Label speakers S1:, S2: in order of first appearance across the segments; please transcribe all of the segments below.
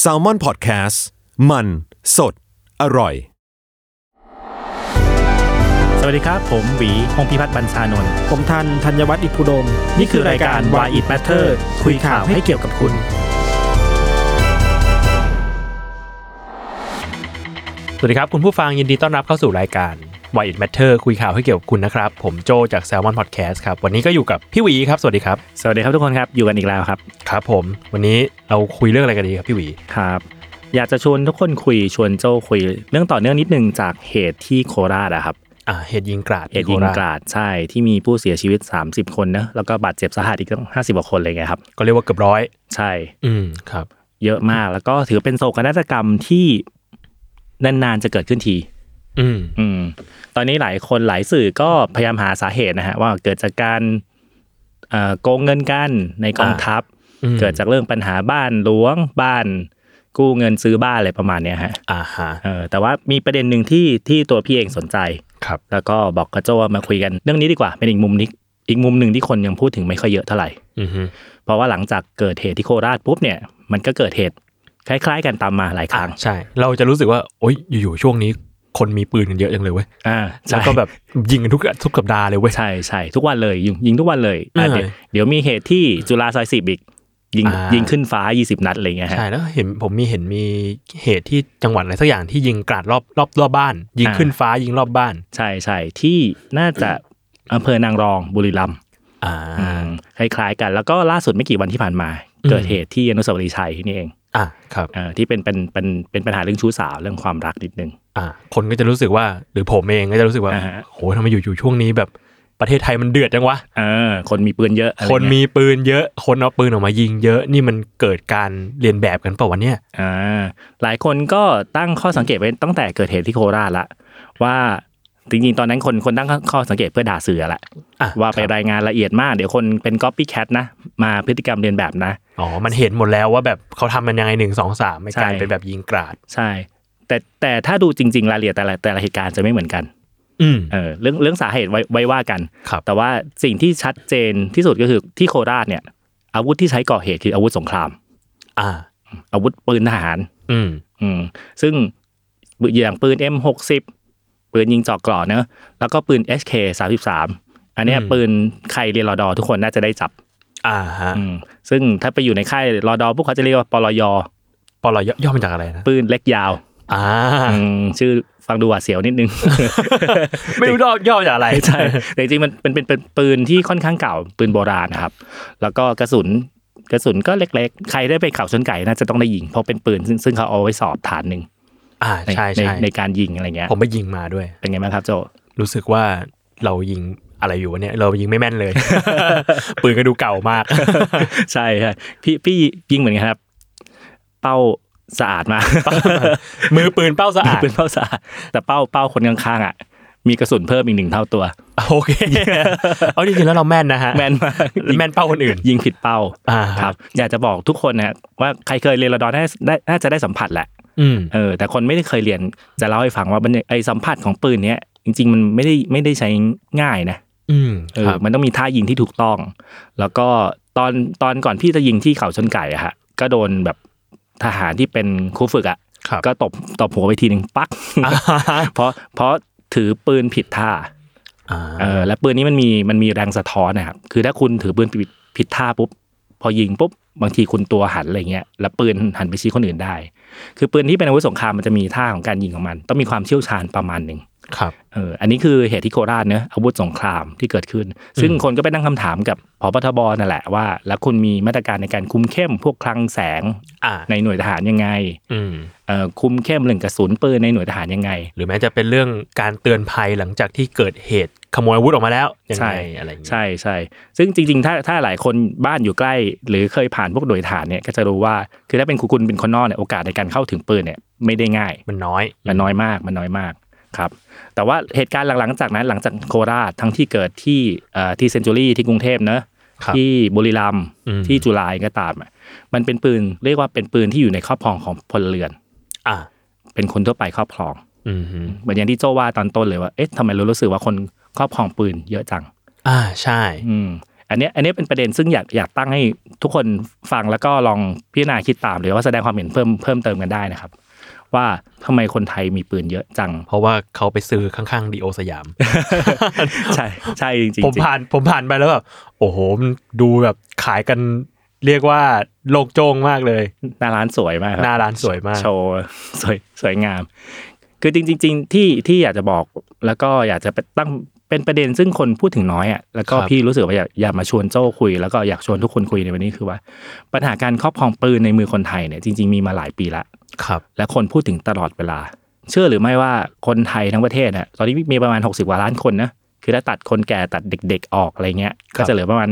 S1: แซลมอนพอดแคสต์มันสดอร่อย
S2: สวัสดีครับ ผมหวีพงพิพัฒน์บัญชานนท์
S3: ผมทันธัญวัฒน์อิพุดม
S2: นี่คือรายการ Why It Matter คุยข่าวให้เกี่ยวกับคุณ สวัสดีครับ คุณผู้ฟังยินดีต้อนรับเข้าสู่รายการ Why It Matter คุยข่าวให้เกี่ยวกับคุณนะครับ ผมโจจาก Salmon Podcast ครับ วันนี้ก็อยู่กับพี่หวีครับ สวัสดีครับ
S4: สวัสดีครับทุกคนครับ อยู่กันอีกแล้วครับ
S2: ครับผม วันนี้เราคุยเรื่องอะไรกันดีครับพี่หวี
S4: ครับ อยากจะชวนทุกคนคุยชวนโจ้คุย เรื่องต่อเนื่องนิดนึงจากเหตุที่โคราชอะครับ
S2: อ่าเหตุยิงกราด
S4: เหตุยิงกราดใช่ที่มีผู้เสียชีวิต 30 คนนะแล้วก็บาดเจ็บสาหัสอีกตั้ง50กว่าคนเลยไงครับ
S2: ก็เรียกว่าเกือบร้อย
S4: ใช่
S2: อืมครับ
S4: เยอะมากแล้วก็ถือเป็นโศกนาฏกรรมที่นานๆจะเกิดขึ้นที
S2: อืม
S4: อืมตอนนี้หลายคนหลายสื่อก็พยายามหาสาเหตุนะฮะว่าเกิดจากการเอ่อโกงเงินกันในกองทัพ
S2: อืม
S4: เกิดจากเรื่องปัญหาบ้านหลวงบ้าน กู้เงินซื้อบ้านอะไรประมาณเนี้ยฮะ
S2: อ่าฮะ
S4: เออแต่ว่ามีประเด็นหนึ่งที่ที่ตัวพี่เองสนใจ
S2: ครับ
S4: แล้วก็บอกกระโจว่ามาคุยกันเรื่องนี้ดีกว่าเป็นอีกมุมนี้อีกมุมหนึ่งที่คนยังพูดถึงไม่ค่อยเยอะเท่าไหร่
S2: อือฮึ
S4: เพราะว่าหลังจากเกิดเหตุที่โคราชปุ๊บเนี่ยมันก็เกิดเหตุคล้าย ๆ กันตามมาหลายค
S2: อ่ะ
S4: รั้ง
S2: ใช่ เราจะรู้สึกว่าโอ๊ยอยู่ๆช่วงนี้คนมีปืนกันเยอะจังเลยเว้ย
S4: อ่าใช่
S2: แล้วก็แบบยิงกันทุกทุกสัปดาห์เลยเว้ย
S4: ใช่ใช่ทุกวันเลยยิงยิงทุกวันเลย
S2: เอออ่
S4: ะเดี๋ยวเดี๋ยวมีเหตุที่จุฬาซอยสิบอีก ยิง
S2: อ่ายิ
S4: ยิงขึ้นฟ้า 20 นัดอะไรเงี้ยฮะ
S2: ใช่แล้วเห็นผมมีเห็นมีเหตุที่จังหวัดอะไรสักอย่างที่ยิงกราดรอบรอบรอบบ้าน ยิง
S4: อ่า
S2: ขึ้นฟ้ายิงรอบบ้าน
S4: ใช่ใช่ที่น่าจะอำเภอนางรองบุรีรัมย์
S2: อ่า
S4: คล้ายๆกัน แล้วก็ล่าสุดไม่กี่วันที่ผ่านมา
S2: อืม
S4: เกิดเหตุที่อนุสาวรีย์ชัยนี่เอง
S2: อ่ะครับ
S4: เอ่อที่เป็นเป็นเป็นเป็นปัญหาเรื่องชู้สาวเรื่องความรักนิดนึง
S2: อ่า คนก็จะรู้สึกว่าหรือผมเองก็จะรู้สึกว่า
S4: อ่าฮะ
S2: โหทำไมอยู่ๆช่วงนี้แบบประเทศไทยมันเดือดจังวะ
S4: เออคนมีปืนเยอะอะไร
S2: คน
S4: เงี้ย
S2: มีปืนเยอะ คนเอาปืนออกมายิงเยอะนี่มันเกิดการเรียนแบบกันเปล่าวะเนี่ย
S4: อ่าหลายคนก็ตั้งข้อสังเกตไว้ตั้งแต่เกิดเหตุที่โคราชละว่าจริงๆตอนนั้นคนคนตั้งข้อสังเกตเพื่อด่าสื่อแหละ
S2: อ่ะ
S4: ว่าไป
S2: ครับ
S4: รายงานละเอียดมาก เดี๋ยวคนเป็น copycat นะ มาพฤติกรรมเรียนแบบนะ
S2: อ๋อมันเห็นหมดแล้วว่าแบบเขาทำมันยังไงหนึ่งสองสามไม่กลาย
S4: ใช่
S2: เป็นแบบยิงกราด
S4: ใช่ แต่แต่ถ้าดูจริง ๆ รายละเอียดแต่ละแต่ละเหตุการณ์จะไม่เหมือนกัน
S2: อืม
S4: เออเรื่องเรื่องสาเหตุไว้ไว้ว่ากัน
S2: ครับ
S4: แต่ว่าสิ่งที่ชัดเจนที่สุดก็คือที่โคราชเนี่ย อาวุธที่ใช้ก่อเหตุคืออาวุธสงคราม
S2: อ่า
S4: อาวุธปืนทหาร
S2: อืม
S4: อืมซึ่งอย่างปืน M60 ปืนยิงเจอกกรอเนอะแล้วก็ปืน SK33 อันเนี้ย
S2: อืม
S4: ปืนใครเรียนรอดอทุกคนน่าจะได้จับ
S2: อ่าฮะ
S4: อืมซึ่งถ้าไปอยู่ในค่ายรอดอพวกเขาจะเรียกว่าปลย
S2: ปลอย่อย่อมาจากอะไรนะ
S4: ปืนเล็กยาว
S2: อ่า
S4: อืมชื่อฟังดูหวาดเสียวนิดนึง
S2: ไม่รู้ย่อย่อจากอะไร
S4: ใช่แต่จริงๆมันเป็นเป็นเป็นปืนที่ค่อนข้างเก่า ปืนโบราณนะครับ แล้วก็กระสุนกระสุนก็เล็กๆ ใครได้ไปเข่าชนไก่น่าจะต้องได้ยิง เพราะเป็นปืนซึ่งซึ่งเขาเอาไว้สอบฐานหนึ่ง
S2: อ่า
S4: ใน
S2: ใช่
S4: ใน
S2: ใช่
S4: ในการยิงอะไรเงี้ย
S2: ผมไปยิงมาด้วย
S4: เป็นไงบ้างครับโจ
S2: รู้สึกว่าเรายิงอะไรอยู่วะเนี่ย เรายิงไม่แม่ นเลย ปืนก็ดูเก่ามาก
S4: ใช่ใช่พี่พี่ยิงเหมือนกันครับ เป้าสะอาดมาก
S2: มือปืนเป้าสะ อาด
S4: เป็นเป้าสะอาดแต่เป้าเป้าคนข้างๆอ่ะมีกระสุนเพิ่มอีกหนึ่งเท่า ตัว
S2: โอเค เอาจริงๆแล้วเราแม่นนะฮะ
S4: แมนมาก
S2: แม่นเป้าคนอื่น
S4: ยิงผิดเป้า
S2: อ่า
S4: ครับ อยากจะบอกทุกคนนะว่าใครเคยเรียนรอดอน่าได้น่าจะได้สัมผัสแหละ
S2: อืม
S4: เออแต่คนไม่ได้เคยเรียนจะเล่าให้ฟังว่าบรรยไอสัมผัสของปืนเนี้ยจริง ๆ มันไม่ได้ไม่ได้ใช้ง่ายนะ
S2: อืม
S4: เอ
S2: ค
S4: อ
S2: รับ
S4: มันต้องมีท่ายิงที่ถูกต้อง แล้วก็ตอนตอนก่อนพี่จะยิงที่เขาชนไก่อะฮะก็โดนแบบทหารที่เป็นครูฝึกอะ
S2: ครับ
S4: ก็ตบตบหัวไปทีหนึ่งปัก
S2: อ่าฮะ
S4: เพราะเพราะถือปืนผิดท่า
S2: อ่า
S4: เออและปืนนี้มันมีมันมีแรงสะท้อนนะครับคือถ้าคุณถือปืนผิดผิดท่าปุ๊บพอยิงปุ๊บบางทีคุณตัวหันอะไรเงี้ยแล้วปืนหันไปชี้คนอื่นได้ คือปืนที่เป็นอาวุธสงครามมันจะมีท่าของการยิงของมัน ต้องมีความเชี่ยวชาญประมาณหนึ่ง
S2: ครับ
S4: เอออันนี้คือเหตุที่โคราชเนอะอาวุธสงครามที่เกิดขึ้น ซึ่งคนก็ไปนั่งคำถามกับพบทบนั่นแหละว่า แล้วคุณมีมาตรการในการคุมเข้มพวกคลังแสง
S2: อ่า
S4: ในหน่วยทหารยังไง
S2: อืม
S4: เอ่อคุมเข้มเรื่องกระสุนปืนในหน่วยทหารยังไง
S2: หรือแม้จะเป็นเรื่องการเตือนภัยหลังจากที่เกิดเหตุขโมยอาวุธออกมาแล้วยังไงอะไรอย่างเงี้ย
S4: ใช่ใช่ซึ่งจริงๆ ถ้าถ้าหลายคนบ้านอยู่ใกล้ หรือเคยผ่านพวกโดยฐานเนี่ยก็จะรู้ว่าคือถ้าเป็นคุณเป็นคนนอกเนี่ยโอกาสในการเข้าถึงปืนเนี่ยไม่ได้ง่าย
S2: มันน้อย
S4: มันน้อยมากมันน้อยมากครับ แต่ว่าเหตุการณ์หลังๆจากนั้นหลังจากโคราชทั้งที่เกิดที่เอ่อที่เซนจูรี่ที่กรุงเทพเนอะ
S2: ครับ
S4: ที่บุรีรัมย์
S2: อืม
S4: ที่จุฬาเองก็ตามอะมันเป็นปืนเรียกว่าเป็นปืนที่อยู่ในครอบครองของพลเรือน
S2: อ่า
S4: เป็นคนทั่วไปครอบครอง
S2: อืมฮึ
S4: เหมือนอย่างที่โจว่าตอนต้นเลยว่าเอ๊ะทำไมเรารู้สึกว่าคนครอบครองปืนเยอะจัง
S2: อ่าใช่
S4: อืม อันเนี้ยอันเนี้ยเป็นประเด็นซึ่งอยากอยากตั้งให้ทุกคนฟังแล้วก็ลองพิจารณาคิดตาม หรือว่าแสดงความเห็นเพิ่มเพิ่มเติมกันได้นะครับ ว่าทำไมคนไทยมีปืนเยอะ จัง
S2: เพราะว่าเขาไปซื้อข้างๆดีโอส ยาม
S4: ใช่ใช่จริงๆ
S2: ผมผ่านผมผ่านไปแล้วแบบโอ้โหมันดูแบบขายกันเรียกว่าโลกโจงมากเลย
S4: หน้าร้านสวยมากค
S2: ห
S4: รับ
S2: น้าร้านสวยมาก
S4: โชว์ สวยสวยงาม คือจริง ๆ ที่ที่อยากจะบอกแล้วก็อยากจะเป็นตั้งเป็นประเด็นซึ่งคนพูดถึงน้อยอ่ะแล้วก็
S2: ครับ
S4: พี่รู้สึกว่าอยากอยากมาชวนโจ้คุย แล้วก็อยากชวนทุกคนคุยในวันนี้คือว่า ปัญหาการครอบครองปืนในมือคนไทยเนี่ยจริง ๆมีมาหลายปีละ
S2: ครับ
S4: และคนพูดถึงตลอดเวลา เชื่อหรือไม่ว่าคนไทยทั้งประเทศเนี่ยตอนนี้มีประมาณ 60กว่าล้านคนนะคือถ้าตัดคนแก่ตัดเด็กๆออกอะไรเงี้ย ก็จะเหลือประมาณ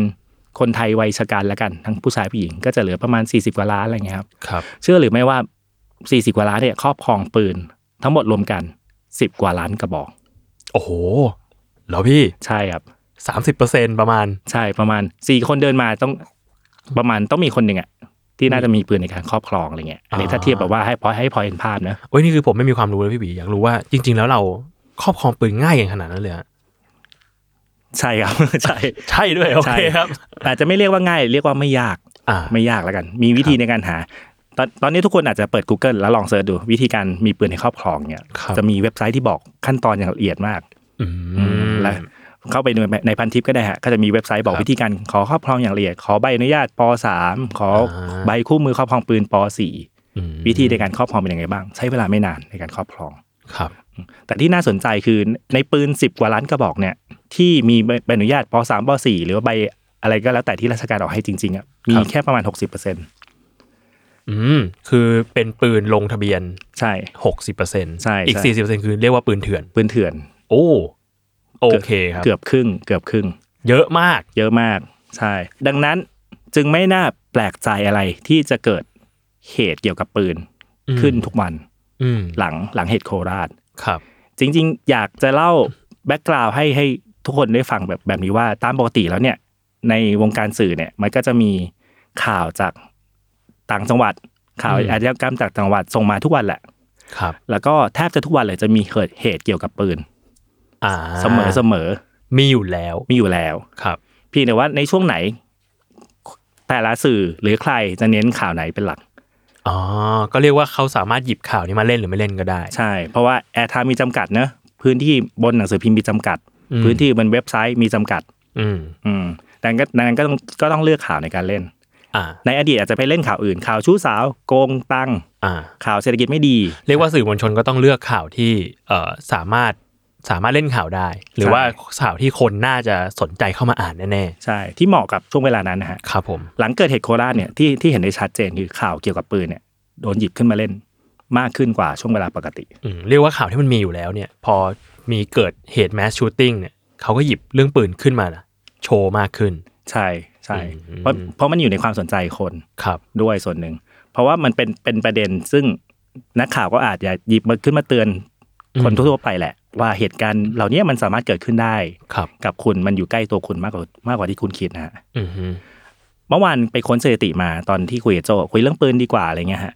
S4: คนไทยวัยชะกันละกันทั้งผู้ชายผู้หญิงก็จะเหลือประมาณ 40กว่าล้านอะไรเงี้ยครับ
S2: ครับ
S4: เชื่อหรือไม่ว่า 40 กว่าล้านเนี่ยครอบครองปืน ทั้งหมดรวมกัน 10 กว่าล้านกระบอก
S2: โอ้โหแล้วพี่
S4: ใช่ครับ
S2: สามสิบเปอร์เซ็นประมาณ
S4: ใช่ประมาณ 4 คนเดินมาต้องประมาณต้องมีคนหนึ่งอะที่น่าจะมีปืนในการครอบครองอะไรเงี้ยอันนี้
S2: อ่า
S4: ถ้าเทียบแบบว่าให้พอให้พอเห็นภาพนะ
S2: โอ้ยนี่คือผมไม่มีความรู้เลยพี่บีอยากรู้ว่าจริง ๆ แล้วเราครอบครองปืนง่ายอย่างขนาดนั้นเลยฮะ
S4: ใช่ครับ ใช่
S2: ใช่ด้วยโอ
S4: ใช่
S2: เคครับ
S4: อาจจะไม่เรียกว่าง่าย เรียกว่าไม่ยาก
S2: อ่า
S4: ไม่ยากแล้วกัน มีวิธีในการหา ตอนตอนนี้ทุกคนอาจจะเปิด Google แล้วลองเสิร์ชดูวิธีการมีปืนในครอบครองเนี่ย
S2: ครับ
S4: จะมีเว็บไซต์ที่บอกขั้นตอนอย่างละเอียดมาก
S2: อืม
S4: และเข้าไปในในพันทิปก็ได้ฮะก็จะมีเว็บไซต์บอ
S2: ค
S4: ก
S2: รับ
S4: วิธีการขอครอบครองอย่างละเอียด ขอใบอนุญาตปสามขออา ใบคู่มือครอบครองปืนปสี่
S2: อืม
S4: วิธีในการครอบครองเป็นยังไงบ้าง ใช้เวลาไม่นานในการครอบครอง
S2: ครับ
S4: แต่ที่น่าสนใจคือในปืน 10 กว่าล้านกระบอกเนี่ยที่มีใบใบอนุญาตปสามปสี่หรือว่าใบอะไรก็แล้วแต่ที่ราชการออกให้จริงๆอ่ะมีแค่ประมาณ 60%
S2: อืมคือเป็นปืนลงทะเบียน
S4: ใช่
S2: หกสิบเปอร์เซ็น
S4: ใช่
S2: อีก
S4: ใช่
S2: สี่สิบเปอร์เซ็นคือเรียกว่าปืนเถื่อน
S4: ปืนเถื่อน
S2: โอ้โอเคครับ
S4: เกือบครึ่งเกือบครึ่ง
S2: เยอะมาก
S4: เยอะมากใช่ ดังนั้นจึงไม่น่าแปลกใจอะไรที่จะเกิดเหตุเกี่ยวกับปืน
S2: อืม
S4: ขึ้นทุกวัน
S2: อืม
S4: หลังหลังเหตุโคราช
S2: ครับ
S4: จริง ๆ อยากจะเล่าแบ็กกราวให้ให้ทุกคนได้ฟังแบบแบบนี้ว่าตามปกติแล้วเนี่ย ในวงการสื่อเนี่ยมันก็จะมีข่าวจากต่างจังหวัด ข่าว
S2: อืม
S4: อาชญากรรมจากต่างจังหวัดส่งมาทุกวันแหละ
S2: ครับ
S4: แล้วก็แทบจะทุกวันเลยจะมีเกิดเหตุเกี่ยวกับปืน
S2: อ่า
S4: เสมอเสมอ
S2: มีอยู่แล้ว
S4: มีอยู่แล้ว
S2: ครับ
S4: เพียงแต่ว่าในช่วงไหน แต่ละสื่อหรือใครจะเน้นข่าวไหนเป็นหลัก
S2: อ๋อ ก็เรียกว่าเขาสามารถหยิบข่าวนี้มาเล่นหรือไม่เล่นก็ได้
S4: ใช่ เพราะว่าแอร์ไทม์มีจำกัดเนอะพื้นที่บนหนังสือพิมพ์มีจำกัด
S2: อืม
S4: พื้นที่บนเว็บไซต์มีจำกัด
S2: อืม
S4: อืมดังนั้นดังนั้นก็ต้องก็ต้องเลือกข่าวในการเล่น
S2: อ่า
S4: ในอดีตอาจจะไปเล่นข่าวอื่น ข่าวชู้สาว โกงตังค์
S2: อ่า
S4: ข่าวเศรษฐกิจไม่ดี
S2: เรียกว่าสื่อมวลชนก็ต้องเลือกข่าวที่เอ่อสามารถสามารถเล่นข่าวได้ หรือ
S4: ใช่
S2: ว่าข่าวที่คนน่าจะสนใจเข้ามาอ่านแน่
S4: ใช่ที่เหมาะกับช่วงเวลานั้นนะฮะ
S2: ๆครับผม
S4: หลังเกิดเหตุโคราชเนี่ยที่ที่เห็นได้ชัดเจนคือข่าวเกี่ยวกับปืนเนี่ยโดนหยิบขึ้นมาเล่น มากขึ้นกว่าช่วงเวลาปกติ
S2: อืมเรียกว่าข่าวที่มันมีอยู่แล้วเนี่ย พอมีเกิดเหตุแมสชูตติ้งเนี่ยเขาก็หยิบเรื่องปืนขึ้นมานะโชว์มากขึ้น
S4: ใช่ใช่
S2: อืม
S4: เพราะเพราะมันอยู่ในความสนใจคน
S2: ครับ
S4: ด้วยส่วนหนึ่ง เพราะว่ามันเป็นเป็นประเด็นซึ่งนักข่าวก็อาจจะหยิบมาขึ้นมาเตือนคน
S2: อืม
S4: ทั่วๆไปแหละ ว่าเหตุการณ์เหล่านี้มันสามารถเกิดขึ้นได้
S2: ครับ
S4: กับคุณมันอยู่ใกล้ตัวคุณมากกว่ามากกว่าที่คุณคิดนะฮะ
S2: อืมฮึ
S4: เมื่อวานไปค้นสถิติมาตอนที่คุยกับโจคุยเรื่องปืนดีกว่าอะไรเงี้ยฮะ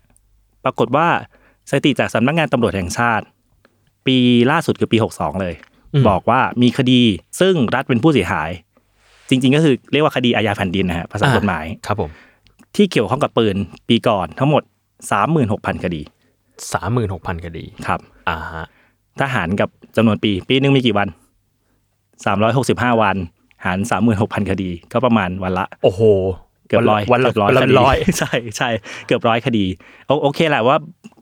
S4: ปรากฏว่าสถิติจากสำนักงานตำรวจแห่งชาติ ปีล่าสุดคือปี 62 เลย บอกว่ามีคดีซึ่งรัฐเป็นผู้เสียหาย จริง ๆ ก็คือเรียกว่าคดีอาญาแผ่นดินนะฮะภาษากฎหมาย
S2: ครับผม
S4: ที่เกี่ยวข้องกับปืนปีก่อนทั้งหมด 36,000 คดี
S2: สามหมื่นหกพันคดี
S4: ครับ
S2: อ่าฮะ
S4: ทหารกับจำนวนปี ปีหนึงมีกี่วัน 365 วัน หาร 36,000 คดี ก็ประมาณวันละ
S2: โอ้โห
S4: เกือบร้อย
S2: วันละ
S4: เกืบร้อย
S2: วันละ
S4: คดี
S2: ร้อย
S4: ใช่ใช่เกือบร้อยคดีโอโอเคแหละว่า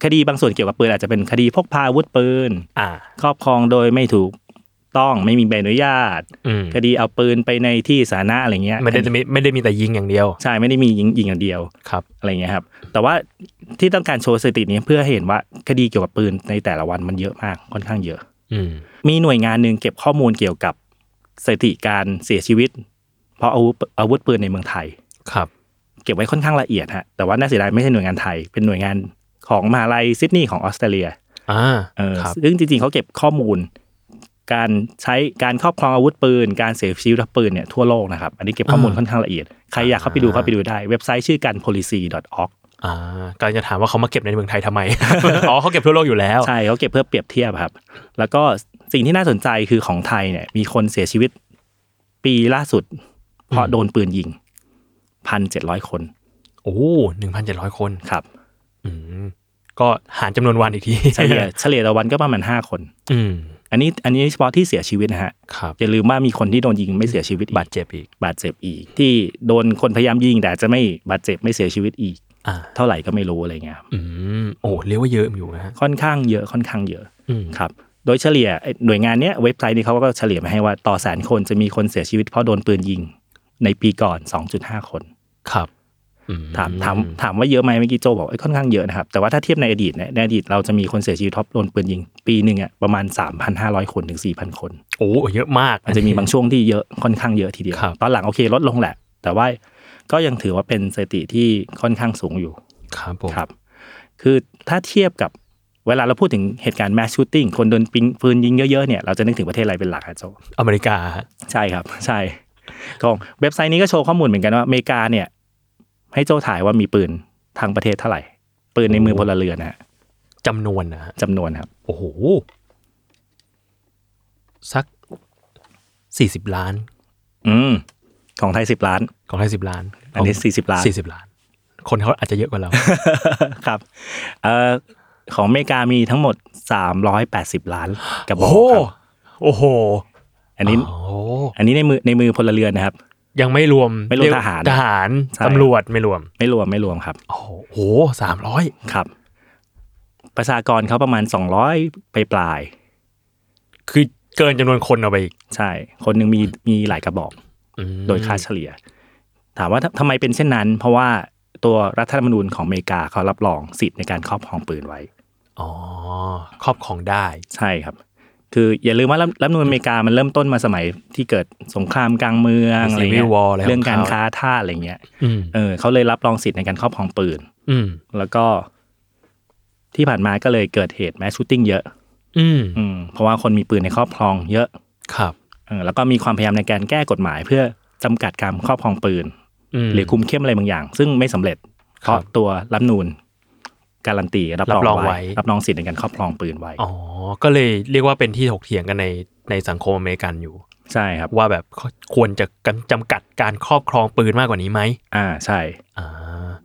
S4: คดีบางส่วนเกี่ยวกับปืนอาจจะเป็นคดีพกพาอาวุธปืน
S2: อ่า
S4: ครอบครองโดยไม่ถูกต้องไม่มีใบอนุญาต
S2: อืม
S4: คดีเอาปืนไปในที่สาธารณะอะไรเงี้ย
S2: ไม่ได้ไม่ไม่ได้มีแต่ยิงอย่างเดียว
S4: ใช่ไม่ได้มียิงยิงอย่างเดียว
S2: ครับ
S4: อะไรเงี้ยครับ แต่ว่าที่ต้องการโชว์สถิตินี้เพื่อให้เห็นว่าคดีเกี่ยวกับปืนในแต่ละวันมันเยอะมากค่อนข้างเยอะ
S2: อืม
S4: มีหน่วยงานหนึ่งเก็บข้อมูลเกี่ยวกับสถิติการเสียชีวิต เพราะอาวุธอาวุธปืนในเมืองไทย
S2: ครับ
S4: เก็บไว้ค่อนข้างละเอียดฮะแต่ว่าน่าเสียดายไม่ใช่หน่วยงานไทย เป็นหน่วยงานของมหาลัยซิดนีย์ของออสเตรเลีย
S2: อ่า
S4: เออ
S2: ครับ
S4: ซึ่งจริงๆเขาเก็บข้อมูล การใช้การครอบครองอาวุธปืน การเสียชีวิตจากปืนเนี่ยทั่วโลกนะครับอันนี้เก็บข้อมูลค่อนข้างละเอียดใครอยากเข้าไปดูเข้าไปดูได้เว็บไซต์ชื่อกัน policy.org
S2: อ่ากำลังจะถามว่าเขามาเก็บในเมืองไทย ทำไม อ๋อเขาเก็บทั่วโลกอยู่แล้ว
S4: ใช่เขาเก็บเพื่อเปรียบเทียบครับ แล้วก็สิ่งที่น่าสนใจคือของไทยเนี่ย มีคนเสียชีวิตปีล่าสุด
S2: อื
S4: เพราะโดนปืนยิงพันเจ็ดร้อยคน
S2: โอ้หนึ่งพันเจ็ดร้อยคน
S4: ครับ
S2: อืมก็หารจำนวนวันอีกที
S4: เฉลี่ยเฉลี่ยต่อวันก็ประมาณห้าคน
S2: อืม
S4: อันนี้อันนี้เฉพาะที่เสียชีวิตนะฮะ
S2: ครับ
S4: อย่าลืมว่ามีคนที่โดนยิงไม่เสียชีวิตอีก
S2: บาดเจ็บอีก
S4: บาดเจ็บอีก ที่โดนคนพยายามยิงแต่อาจจะไม่บาดเจ็บไม่เสียชีวิตอีก
S2: อ่า
S4: เท่าไหร่ก็ไม่รู้อะไรเงี้ยครับ
S2: อืมโอ้เรียกว่าเยอะอยู่นะฮะ
S4: ค่อนข้างเยอะค่อนข้างเยอะ
S2: อืม
S4: ครับโดยเฉลี่ยไอ้หน่วยงานเนี้ยเว็บไซต์นี้เขาก็เฉลี่ยมาให้ว่าต่อแสนคนจะมีคนเสียชีวิตเพราะโดนปืนยิง ในปีก่อน 2.5 คน
S2: ครับอื
S4: ถามถามถามว่าเยอะไหมเมื่อกี้โจบอกเอ้ยค่อนข้างเยอะนะครับแต่ว่าถ้าเทียบในอดีตเนี่ยในอดีตเราจะมีคนเสียชีวิตเพราะโดนปืนยิง ปีหนึ่งอ่ะประมาณ 3,500 คนถึง 4,000 คน
S2: โอ้เยอะมาก
S4: อาจจะมีบางช่วงที่เยอะค่อนข้างเยอะทีเดียว
S2: ครับ
S4: ตอนหลังโอเคลดลงแหละ แต่ว่าก็ยังถือว่าเป็นสถิติที่ค่อนข้างสูงอยู่
S2: ครับผม
S4: ครับ คือถ้าเทียบกับเวลาเราพูดถึงเหตุการณ์แมชชูตติ้งคนโดนปิงปืนยิงเยอะๆเนี่ยเราจะนึกถึงประเทศอะไรเป็นหลักครับโจ
S2: อเมริกาฮะ
S4: ใช่ครับ ใช่ก็เว็บไซต์นี้ก็โชว์ข้อมูลเหมือนกันว่าอเมริกาเนี่ยให้โจถ่ายว่ามีปืนทางประเทศเท่าไหร่ ปืนในมือพลเรือนนะฮะ
S2: จำนวนนะฮะ
S4: จำนวนครับ
S2: โอ้โหสักสี่สิบล้าน
S4: อืมของไทยสิบล้าน
S2: ของไทยสิบล้าน
S4: อันนี้สี่สิบล้าน
S2: สี่สิบล้าน คนเขาอาจจะเยอะกว่า เรา
S4: ครับเอ่อของอเมริกามีทั้งหมด 380 ล้านกระบอกครับ
S2: โอ้โห
S4: อันนี้
S2: โอ้
S4: อันนี้ในมือในมือพลเรือนนะครับ
S2: ยังไม่รวม
S4: ไม่รวม
S2: เยก
S4: ทหาร
S2: ทหาร
S4: ใช่
S2: ตำรวจไม่รวม
S4: ไม่รวมไม่รวมครับ
S2: โอ้โหสามร้อย
S4: ครับ ประชากรเขาประมาณ 200ไปปลาย
S2: คือเกินจำนวนคนเอาไปอีก
S4: ๆใช่ คนหนึ่งมีมีหลายกระบอก
S2: อืม
S4: โดยค่าเฉลี่ย ถามว่าทำทำไมเป็นเช่นนั้น เพราะว่าตัวรัฐธรรมนูญของอเมริกาเขารับรองสิทธิ์ในการครอบครองปืนไว้
S2: อ๋อครอบของได้
S4: ใช่ครับ คืออย่าลืมว่ารัฐรัฐธรรมนูญอเมริกา มันเริ่มต้นมาสมัยที่เกิดสงครามกลางเมืองอะไร
S2: Civil
S4: เงี้ย
S2: War อะไรของเขา
S4: เรื่องการค้าท่าสอะไรเงี้ย
S2: อืม
S4: เออเขาเลยรับรองสิทธิ์ในการครอบครองปืน
S2: อืม
S4: แล้วก็ที่ผ่านมาก็เลยเกิดเหตุแมสชูตติ้งเยอะ
S2: อืม
S4: อืมเพราะว่าคนมีปืนในครอบครองเยอะ
S2: ครับ
S4: เออแล้วก็มีความพยายามในการแก้กฎหมาย เพื่อจำกัดการครอบครองปืน
S2: ม
S4: หรือคุมเข้มอะไรบางอย่าง ซึ่งไม่สำเร็จเพราะตัวรัฐธรรมนูนการันตีรับ
S2: รับ
S4: ร
S2: ร
S4: อ
S2: อง ง
S4: ไว้
S2: ไว้
S4: รับรองสิทธิ์ในการครอบครองปืนไว้
S2: อ๋อ ก็เลยเรียกว่าเป็นที่ถกเถียงกันในในสังคมอเมริกันอยู่
S4: ใช่ครับ
S2: ว่าแบบควรจะกำจำกัดการครอบครองปืนมากกว่านี้ไหม
S4: อ่าใช่
S2: อ่า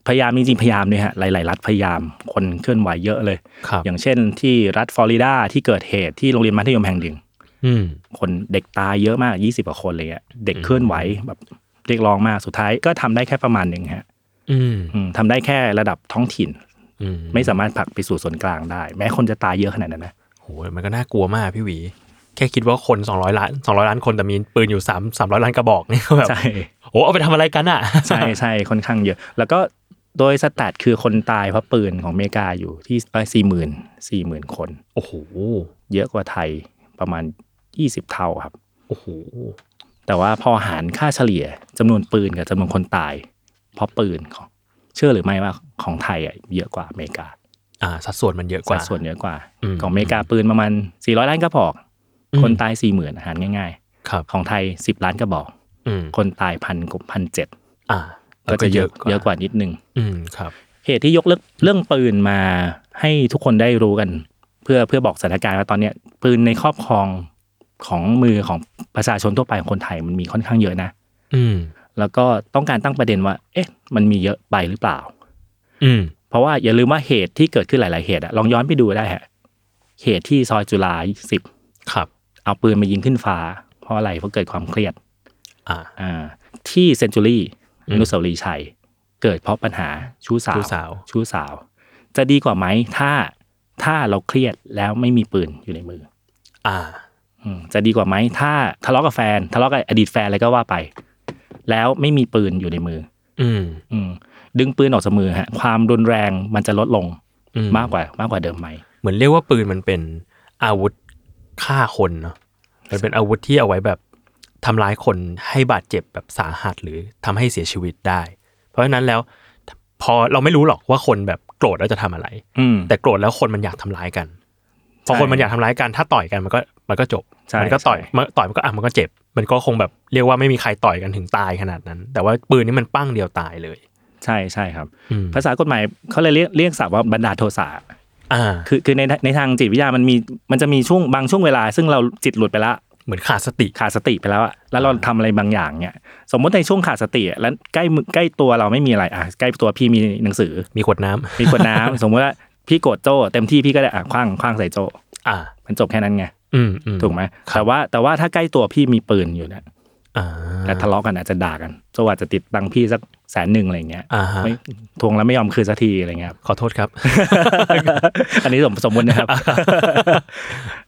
S4: พยายามจริงๆพยายามเนี่ยฮะหลาย ๆ รัฐพยายามคนเคลื่อนไหวเยอะเลย
S2: ครับ
S4: อย่างเช่นที่รัฐฟลอริดาที่เกิดเหตุที่โรงเรียนมัธยมแห่งหนึ่ง
S2: อืม
S4: คนเด็กตายเยอะมาก 20กว่าคนเลยอะเด็กเคลื่อนไหวแบบเรียกร้องมากสุดท้ายก็ทำได้แค่ประมาณหนึ่งฮะ
S2: อืม
S4: อืมทำได้แค่ระดับท้องถิ่น
S2: อืม
S4: ไม่สามารถผลักไปสู่ส่วนกลางได้ แม้คนจะตายเยอะขนาดนั้นนะ
S2: โหมันก็น่ากลัวมากพี่หวี แค่คิดว่าคน 200 ล้าน 200 ล้านคนแต่มีปืนอยู่3 300 ล้านกระบอกนี่ก็ แบบ
S4: ใช่
S2: โอ้เอาไปทำอะไรกันอ่ะ
S4: ใช่ใช่ค่อนข้างเยอะ แล้วก็โดยสแตทคือคนตายเพราะปืนของอเมริกาอยู่ที่สี่หมื่นสี่หมื่นคน
S2: โอ้โห
S4: เยอะกว่าไทยประมาณ 20 เท่าครับ
S2: โอ้โห
S4: แต่ว่าพอหารค่าเฉลี่ยจำนวนปืนกับจำนวนคนตาย เพราะปืนของเชื่อหรือไม่ว่าของไทยอะเยอะกว่าอเมริกา
S2: อ่าสัดส่วนมันเยอะก
S4: สั
S2: ว่า
S4: ดส่วนเยอะกว่า
S2: อืม
S4: ของอเมริกาปืนประมาณ 400 ล้านกระบอก
S2: อืม
S4: คนตาย 4 0,000อาหารง่าย
S2: ครับ
S4: ๆ ของไทย 10 ล้านกระบอก
S2: อืม
S4: คนตายพันกว่าพันเจ็ด
S2: อ่า
S4: ก็จะเยอะเยอะกว่านิดนึง
S2: อืมครับ
S4: เหตุที่ยกเลิกเรื่องปืนมาให้ทุกคนได้รู้กัน เพื่อเพื่อบอกสถานการณ์ว่าตอนเนี้ยปืนในครอบครองของมือของประชาชนทั่วไปของคนไทยมันมีค่อนข้างเยอะนะ
S2: อืม
S4: แล้วก็ต้องการตั้งประเด็นว่า เอ๊ะ มันมีเยอะไปหรือเปล่า
S2: อืม
S4: เพราะว่าอย่าลืมว่าเหตุที่เกิดขึ้นหลาย ๆ เหตุอะลองย้อนไปดูได้ฮะเหตุที่ซอยจุฬาสิบ
S2: ครับ
S4: เอาปืนมายิงขึ้นฟ้า เพราะอะไรเพราะเกิดความเครียด
S2: อ่า
S4: อ่าที่เซนจูรี่
S2: อื
S4: อ
S2: ม
S4: นุสาวรีย์ชัย เกิดเพราะปัญหาชู้สาว
S2: ชู้สาว
S4: ชู้สาว จะดีกว่าไหมถ้าถ้าเราเครียดแล้วไม่มีปืนอยู่ในมือ
S2: อ่า
S4: อืมจะดีกว่าไหมถ้าทะเลาะกับแฟน ทะเลาะกับอดีตแฟนอะไรก็ว่าไป แล้วไม่มีปืนอยู่ในมือ
S2: อืม
S4: อืมดึงปืนออกจากมือฮะความรุนแรงมันจะลดลง
S2: อืม
S4: มากกว่ามากกว่าเดิมไหม
S2: เหมือนเรียกว่าปืนมันเป็นอาวุธฆ่าคนเนาะ มันเป็นอาวุธที่เอาไว้แบบทำร้ายคนให้บาดเจ็บแบบสาหัสหรือทำให้เสียชีวิตได้ เพราะฉะนั้นแล้วพอเราไม่รู้หรอกว่าคนแบบโกรธแล้วจะทำอะไร
S4: อืม
S2: แต่โกรธแล้วคนมันอยากทำร้ายกัน พอ
S4: ใช่
S2: คนมันอยากทำร้ายกันถ้าต่อยกันมันก็มันก็จบ
S4: ใช่
S2: มันก็ต่อย
S4: ใช่
S2: มันต่อยมันก็อ่ะมันก็เจ็บ มันก็คงแบบเรียกว่าไม่มีใครต่อยกันถึงตายขนาดนั้น แต่ว่าปืนนี่มันปั้งเดียวตายเลย
S4: ใช่ใช่ครับ
S2: อืม
S4: ภาษากฎหมายเขาเลยเรียกเรียกศัพท์ว่าบรรดาลโทสะ
S2: อ่า
S4: คือคือในในทางจิตวิทยามันมีมันจะมีช่วงบางช่วงเวลา ซึ่งเราจิตหลุดไปละ
S2: เหมือนขาดสติ
S4: ขาดสติไปแล้วอะแล้วเราทำอะไรบางอย่างเนี่ย สมมติในช่วงขาดสติอะแล้วใกล้มือใกล้ตัวเราไม่มีอะไรอ่ะใกล้ตัวพี่มีหนังสือ
S2: มีขวดน้ำ
S4: มีขวดน้ำ สมมติว่าพี่โกรธโจเต็มที่พี่ก็ได้อ่ะคว้างคว้างใส่โจ
S2: อ่า
S4: มันจบแค่นั้นไง
S2: อืมอืม
S4: ถูกไหมแต่ว่าแต่ว่าถ้าใกล้ตัวพี่มีปืนอยู่เนี่ย
S2: อ่า
S4: แต่ทะเลาะกันอาจจะด่ากันโจอาจจะติดตังค์พี่สักแสนหนึ่งอะไรเงี้ย
S2: อ่าฮะ
S4: ไม่ทวงแล้วไม่ยอมคืนสักทีอะไรเงี้ ยครับ
S2: ขอโทษครับ
S4: อันนี้สมสมมตินะครับ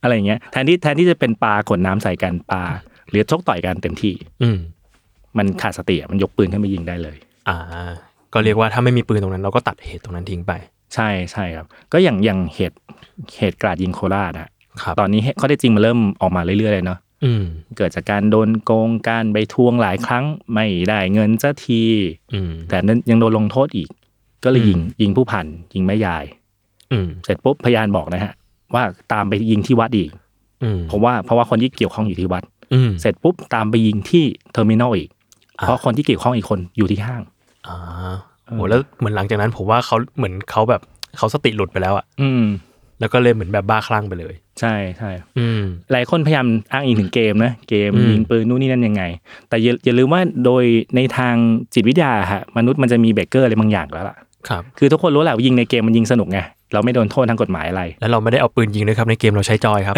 S4: อะไรเงี้ยแทนที่แทนที่จะเป็นปลาขนน้ำใส่กันปลาหรือชกต่อยกันเต็มที่
S2: อืม
S4: มันขาดสติอะมันยกปืนขึ้นมายิงได้เลย
S2: อ่า ก็เรียกว่าถ้าไม่มีปืนตรงนั้นเราก็ตัดเหตุตรงนั้นทิ้งไป
S4: ใช่ใช่ครับ ก็อย่างอย่างเหตุเหตุกราดยิงโคราชอะ
S2: ครับ
S4: ตอนนี้เหตุข้อเท็จจริงมันเริ่มออกมาเรื่อยๆเลยเนาะ
S2: อืม
S4: เกิดจากการโดนโกงการไปทวงหลายครั้งไม่ได้เงินสักที
S2: อืม
S4: แต่นั้นยังโดนลงโทษอีก ก็เลยยิง
S2: อืม
S4: ยิงผู้พันยิงแม่ยาย
S2: อืม
S4: เสร็จปุ๊บพยานบอกนะฮะ ว่าตามไปยิงที่วัดอีก
S2: อืม
S4: เพราะว่าเพราะว่าคนที่เกี่ยวข้องอยู่ที่วัด
S2: อืม
S4: เสร็จปุ๊บตามไปยิงที่เทอร์มินอลอีก
S2: อ่า
S4: เพราะคนที่เกี่ยวข้องอีกคนอยู่ที่ห้าง
S2: อ่าโหแล้วเหมือนหลังจากนั้นผมว่าเขาเหมือนเขาแบบเขาสติหลุดไปแล้วอะ
S4: อืม
S2: แล้วก็เลยเหมือนแบบบ้าคลั่งไปเลย
S4: ใช่ใช่
S2: อืม
S4: หลายคนพยายามอ้างอิงถึงเกมนะเกม
S2: อืม
S4: ยิงปืนนู่นนี่นั่นยังไง แต่อย่าอย่าลืมว่าโดยในทางจิตวิทยาฮะมนุษย์มันจะมีเบรกเกอร์อะไรบางอย่างแล้วล่ะ
S2: ครับ
S4: คือทุกคนรู้แหละว่ายิงในเกมมันยิงสนุกไงเราไม่โดนโทษทางกฎหมายอะไร
S2: แล้วเราไม่ได้เอาปืนยิงด้วยครับในเกมเราใช้จอย ครับ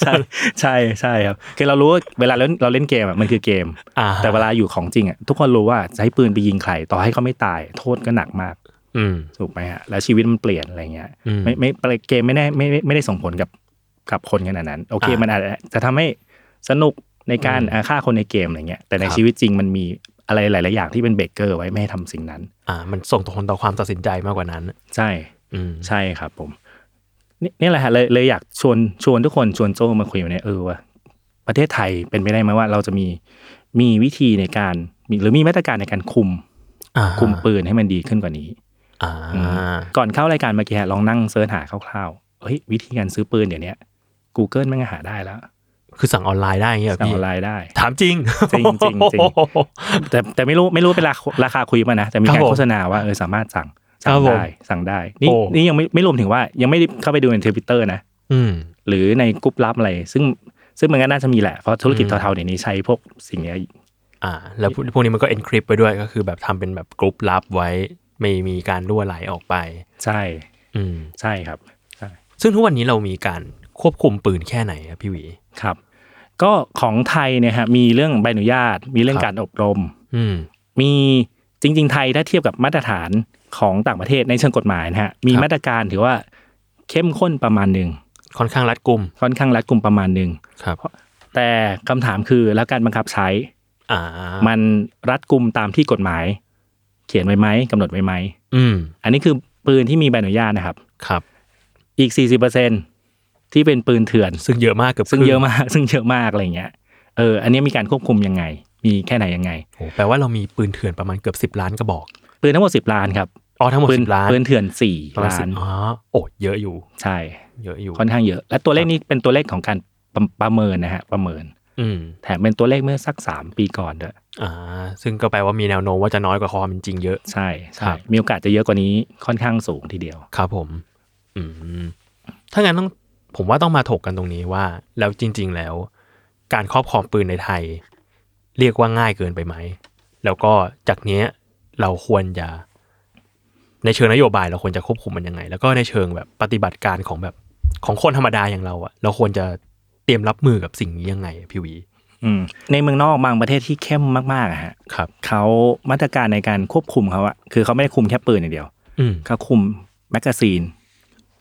S4: ใช่ใช่ใช่ครับคือเรารู้ว่าเวลาเราเราเล่นเกมอะมันคือเกม
S2: อ่า
S4: แต่เวลาอยู่ของจริงอ่ะทุกคนรู้ว่าจะให้ปืนไปยิงใครต่อให้เขาไม่ตาย โทษก็หนักมาก
S2: อืม
S4: ถูกไหมฮะแล้วชีวิตมันเปลี่ยนอะไรเงี้ย
S2: อืม
S4: ไม่ไม่เกมไม่ได้ไม่ไม่ไม่ได้ส่งผลกับกับคนขนาดนั้น โอเค
S2: อ่ามั
S4: มันอาจจะทำให้สนุกในการอ่าฆ่าคนในเกมอะไรเงี้ยแต่ใน
S2: ครับ
S4: ชีวิตจริงมันมีอะไรหลาย ๆ อย่างที่เป็นเบรกเกอร์ไว้ไม่ให้ทำสิ่งนั้น
S2: อ่า มันส่งผลต่อความตัดสินใจมากกว่านั้น
S4: ใช่
S2: อืม
S4: ใช่ครับผมนี่นี่แหละฮะเลยเลยอยากชวนชวนทุกคนชวนโจ้มาคุยอยู่เนี่ยเออว่าประเทศไทยเป็นไปได้ไหมว่า เราจะมีมีวิธีในการมีหรือมีมาตรการในการคุม
S2: อ่า
S4: คุมปืนให้มันดีขึ้นกว่านี้
S2: อ่า
S4: อืมก่อนเข้ารายการเมื่อกี้ฮะลองนั่งเสิร์ชหาคร่าวๆเฮ้ยวิธีการซื้อปืนเดี๋ยวนี้ Google แมันก็หาได้แล้ว
S2: คือสั่งออนไลน์ได้อย่างเงี้ยเหรอ
S4: สั่ง
S2: พี่
S4: ออนไลน์ได้
S2: ถามจริง
S4: จริงจริงจริง แต่แต่ไม่รู้ไม่รู้เป็นราคาราคาคุยป่ะนะแต่มี
S2: ครั
S4: การ
S2: บผม
S4: โฆษณาว่าเออสามารถสั่ง
S2: ค
S4: สั่
S2: รั
S4: ง
S2: บผม
S4: ได้สั่งได้นี่
S2: โอ้
S4: นี่ยังไม่ไม่รวมถึงว่ายังไม่ได้เข้าไปดูในทวิตเตอร์นะ
S2: อืม
S4: หรือในกรุ๊ปลับอะไร ซึ่งซึ่งมันก็น่าจะมีแหละ เพราะธุรกิจ
S2: อืม
S4: เทาๆเดี๋ยวนี้ใช้พวกสิ่งเนี้ย
S2: อ่า แล้วพวกพวกนี้มันก็ encrypt ไปด้วยก็คือแบบทำเป็นแบบกรุ๊ปลับไว้ ไม่มีการรั่วไหลออกไป
S4: ใช่
S2: อืม
S4: ใช่ครับใช่
S2: ซึ่งทุกวันนี้เรามีการควบคุมปืนแค่ไหนครับพี่หวี
S4: ครับ ก็ของไทยเนี่ยฮะมีเรื่องใบอนุญาต มีเรื่อง
S2: ครับ
S4: การอบรม
S2: อืม
S4: มีจริง ๆ ไทยถ้าเทียบกับมาตรฐานของต่างประเทศในเชิงกฎหมายนะฮะมี
S2: ครับ
S4: มาตรการถือว่าเข้มข้นประมาณหนึ่ง
S2: ค่อนข้างรัดกุม
S4: ค่อนข้างรัดกุมประมาณหนึ่ง
S2: ครับ
S4: แต่คำถามคือแล้วการบังคับใช้
S2: อ่า
S4: มันรัดกุมตามที่กฎหมาย เขียนไว้ไหมกำหนดไว้ไหม
S2: อืม
S4: อันนี้คือปืนที่มีใบอนุญาตนะครับ
S2: ครับ
S4: อีก 40%ที่เป็นปืนเถื่อน
S2: ซึ่งเยอะมากเกือบ
S4: ซึ่ง
S2: ครึ่
S4: เยอะมาก ซึ่งเยอะมากอะไรเงี้ยเอออันนี้มีการควบคุมยังไง มีแค่ไหนยังไง
S2: โอ้แปลว่าเรามีปืนเถื่อนประมาณเกือบสิบล้านกระบอก
S4: ปืนทั้งหมด 10 ล้านครับ
S2: อ๋อทั้งหมด
S4: ปืน
S2: สิบล้าน
S4: ปืนเถื่อน
S2: ประมาณ
S4: 4ล้า
S2: สิบ
S4: น
S2: อ๋อโอ้เยอะอยู่
S4: ใช่
S2: เยอะอยู่
S4: ค่อนข้างเยอะ และตัวเลขนี้เป็นตัวเลขของการประประเมินนะฮะประเมิน
S2: อืม
S4: แถมเป็นตัวเลขเมื่อสัก 3 ปีก่อนด้วย
S2: อ่า ซึ่งก็แปลว่ามีแนวโน้มว่าจะน้อยกว่าความเป็นจริงเยอะ
S4: ใช่
S2: ครั
S4: ใช่
S2: บ
S4: มีโอกาสจะเยอะกว่านี้ค่อนข้างสูงทีเดียว
S2: ครับผม อืม ถ้างั้นต้องผมว่าต้องมาถกกันตรงนี้ว่า แล้วจริง ๆ แล้ว การครอบครองปืนในไทย เรียกว่าง่ายเกินไปไหม แล้วก็จากเนี้ยเราควรจะ ในเชิงนโยบายเราควรจะควบคุมมันยังไง แล้วก็ในเชิงแบบปฏิบัติการของแบบของคนธรรมดาอย่างเราอะเราควรจะเตรียมรับมือกับสิ่งนี้ยังไงอะพี่หวี
S4: อืมในเมืองนอกบางประเทศที่เข้มมากๆอะฮะ
S2: ครับ
S4: เขามาตรการในการควบคุมเขาอะคือเขาไม่ได้คุมแค่ปืนอย่างเดียว
S2: อืม
S4: เขาคุมแมกกาซีน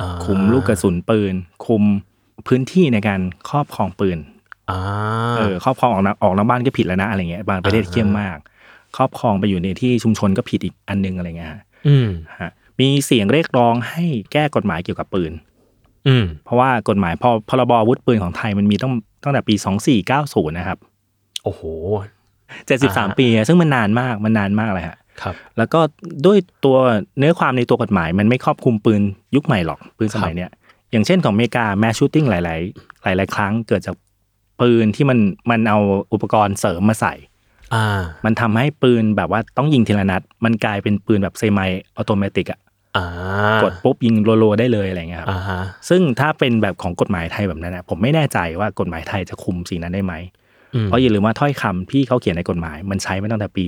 S2: อ่า
S4: คุมลูกกระสุนปืน คุมพื้นที่ในการครอบครองปืน
S2: อ่า
S4: เออครอบครองออกนอกออกนอกบ้านก็ผิดแล้วนะอะไรเงี้ยบางประเทศ
S2: อ่า
S4: เข้มมาก ครอบครองไปอยู่ในที่ชุมชนก็ผิดอีกอันนึงอะไรเงี้ยฮะ
S2: อืม
S4: ฮะมีเสียงเรียกร้องให้แก้กฎหมายเกี่ยวกับปืน
S2: อืม
S4: เพราะว่ากฎหมายพอพรบอาวุธปืนของไทยมันมีตั้งตั้งแต่ปี 2490 นะครับ
S2: โอ้โห า
S4: 73 ปีอะซึ่งมันนานมากมันนานมากเลยฮะ
S2: ครับ
S4: แล้วก็ด้วยตัวเนื้อความในตัวกฎหมายมันไม่ครอบคลุมปืนยุคใหม่หรอกปืนสมัยเนี้ยอย่างเช่นของอเมริกาแมชชูตติ้งหลาย ๆ หลาย ๆ ครั้งเกิดจากปืนที่มันมันเอาอุปกรณ์เสริมมาใส่
S2: อ่า
S4: มันทำให้ปืนแบบว่าต้องยิงทีละนัด มันกลายเป็นปืนแบบเซมิออโตเมติกอะ
S2: อ่าก
S4: ดปุ๊บยิงรัวๆได้เลยอะไรเงี้ยครับ
S2: อ่าฮะ
S4: ซึ่งถ้าเป็นแบบของกฎหมายไทยแบบนั้นนะผมไม่แน่ใจว่ากฎหมายไทยจะคุมสิ่งนั้นได้ไหม
S2: อืม
S4: เพราะอย่าลืมว่าถ้อยคำที่เขาเขียนในกฎหมาย มันใช้มาตั้งแต่ปี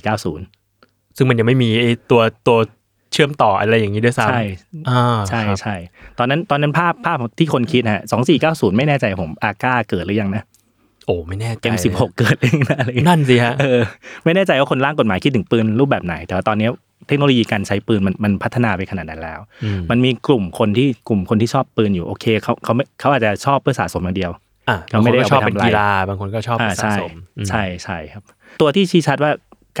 S4: 2490
S2: ซึ่งมันยังไม่มีไอ้ตัวตัวเชื่อมต่ออะไรอย่างนี้ด้วยซ้ำ
S4: ใช่
S2: อ่า
S4: ใช่
S2: ครับ
S4: ใช่ตอนนั้นตอนนั้นภาพภาพที่คนคิดฮะ2490 ไม่แน่ใจผมอาก้าเกิดหรือยังนะ
S2: โอ้ไม่แน่ใจ
S4: M16 เกิดเองนะอะไรเงี้ย
S2: นั่นสิฮะ
S4: เออไม่แน่ใจว่าคนร่างกฎหมายคิดถึงปืนรูปแบบไหน แต่ว่าตอนนี้เทคโนโลยีการใช้ปืนมันมันพัฒนาไปขนาดนั้นแล้ว
S2: อืม
S4: มันมีกลุ่มคนที่กลุ่มคนที่ชอบปืนอยู่โอเคเขาเขาไม่เขาอาจจะชอบเพื่อสะสมอย่างเดียว
S2: อ่ะ
S4: เรา
S2: บาง
S4: ไม่
S2: คน
S4: ได้
S2: ก็ชอบเป็น
S4: เอาไป
S2: กี
S4: ทำอะไร
S2: ฬาบางคนก็ชอบ
S4: อ่า
S2: สะ
S4: ใช่
S2: สมอืม
S4: ใช่ใช่ครับ ตัวที่ชี้ชัดว่า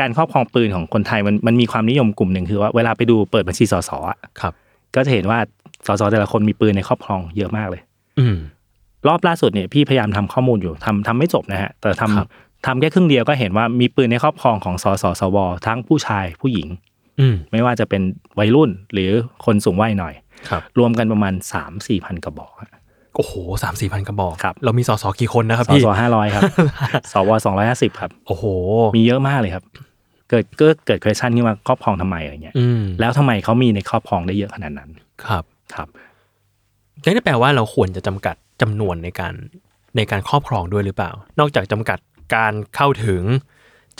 S4: การครอบครองปืนของคนไทยมันมันมีความนิยมกลุ่มหนึ่งคือว่าเวลาไปดูเปิดบัญชีสสอะ
S2: ครับ
S4: ก็จะเห็นว่าสสแต่ละคนมีปืนในครอบครองเยอะมากเลย
S2: อืม
S4: รอบล่าสุดเนี่ยพี่พยายามทำข้อมูลอยู่ทำทำไม่จบนะฮะแต่ทำ
S2: ครับ
S4: ทำแค่ครึ่งเดียวก็เห็นว่ามีปืนในครอบครองของสสสวทั้งผู้ชายผู้หญิง
S2: อืม
S4: ไม่ว่าจะเป็นวัยรุ่นหรือคนสูงวัยหน่อย
S2: ครับ
S4: รวมกันประมาณ 3 4มสี่พันกระบอกฮะ
S2: โอ้โหสามสี่พันกระบอก
S4: ครับ
S2: เรามีสอสอกี่คนนะครับ
S4: ส
S2: พี่
S4: สห้าร้อย ครับ สวสองร้อยห้าสิบครับ
S2: โอ้โห
S4: มีเยอะมากเลยครับ เกิดก็เกิด question ขึ้นมาครอบครองทำไมอะไรเงี้ย
S2: อืม
S4: แล้วทำไมเขามีในครอบครองได้เยอะขนาดนั้น
S2: ครับ
S4: ครับ
S2: นั่นแปลว่าเราควรจะจำกัดจำนวนในการในการครอบครองด้วยหรือเปล่า นอกจากจำกัดการเข้าถึง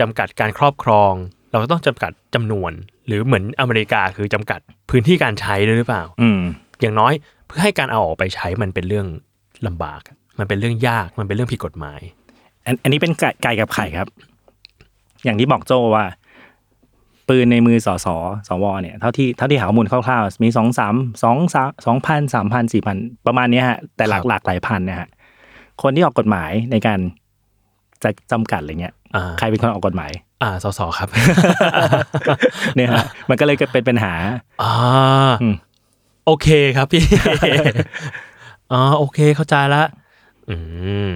S2: จำกัดการครอบครอง เราก็ต้องจำกัดจำนวน หรือเหมือนอเมริกาคือจำกัดพื้นที่การใช้ด้วยหรือเปล่า
S4: อืม
S2: อย่างน้อยเพื่อให้การเอาออกไปใช้มันเป็นเรื่องลำบาก มันเป็นเรื่องยากมันเป็นเรื่องผิดกฎหมาย
S4: อันอันนี้เป็นไก่ไก่กับไข่ครับ อย่างที่บอกโจว่า ปืนในมือสสสวเนี่ยเท่าที่เท่าที่หาข้อมูลคร่าวๆมีสองสามสองสามสองพันสามพันสี่พันประมาณเนี้ยฮะ แต่หลั
S2: ค
S4: ก
S2: รับ
S4: หลากหลายพันนะฮะคนที่ออกกฎหมายในการจะจำกัดอะไรเงี้ย
S2: อ่า
S4: ใครเป็นคนออกกฎหมาย
S2: อ่าสอสอครับ
S4: เนี่ยฮะมันก็เลยเป็นปัญหา
S2: อ่า
S4: อืม
S2: โอเคครับพี่ อ๋อโอเคเข้าใจละอืม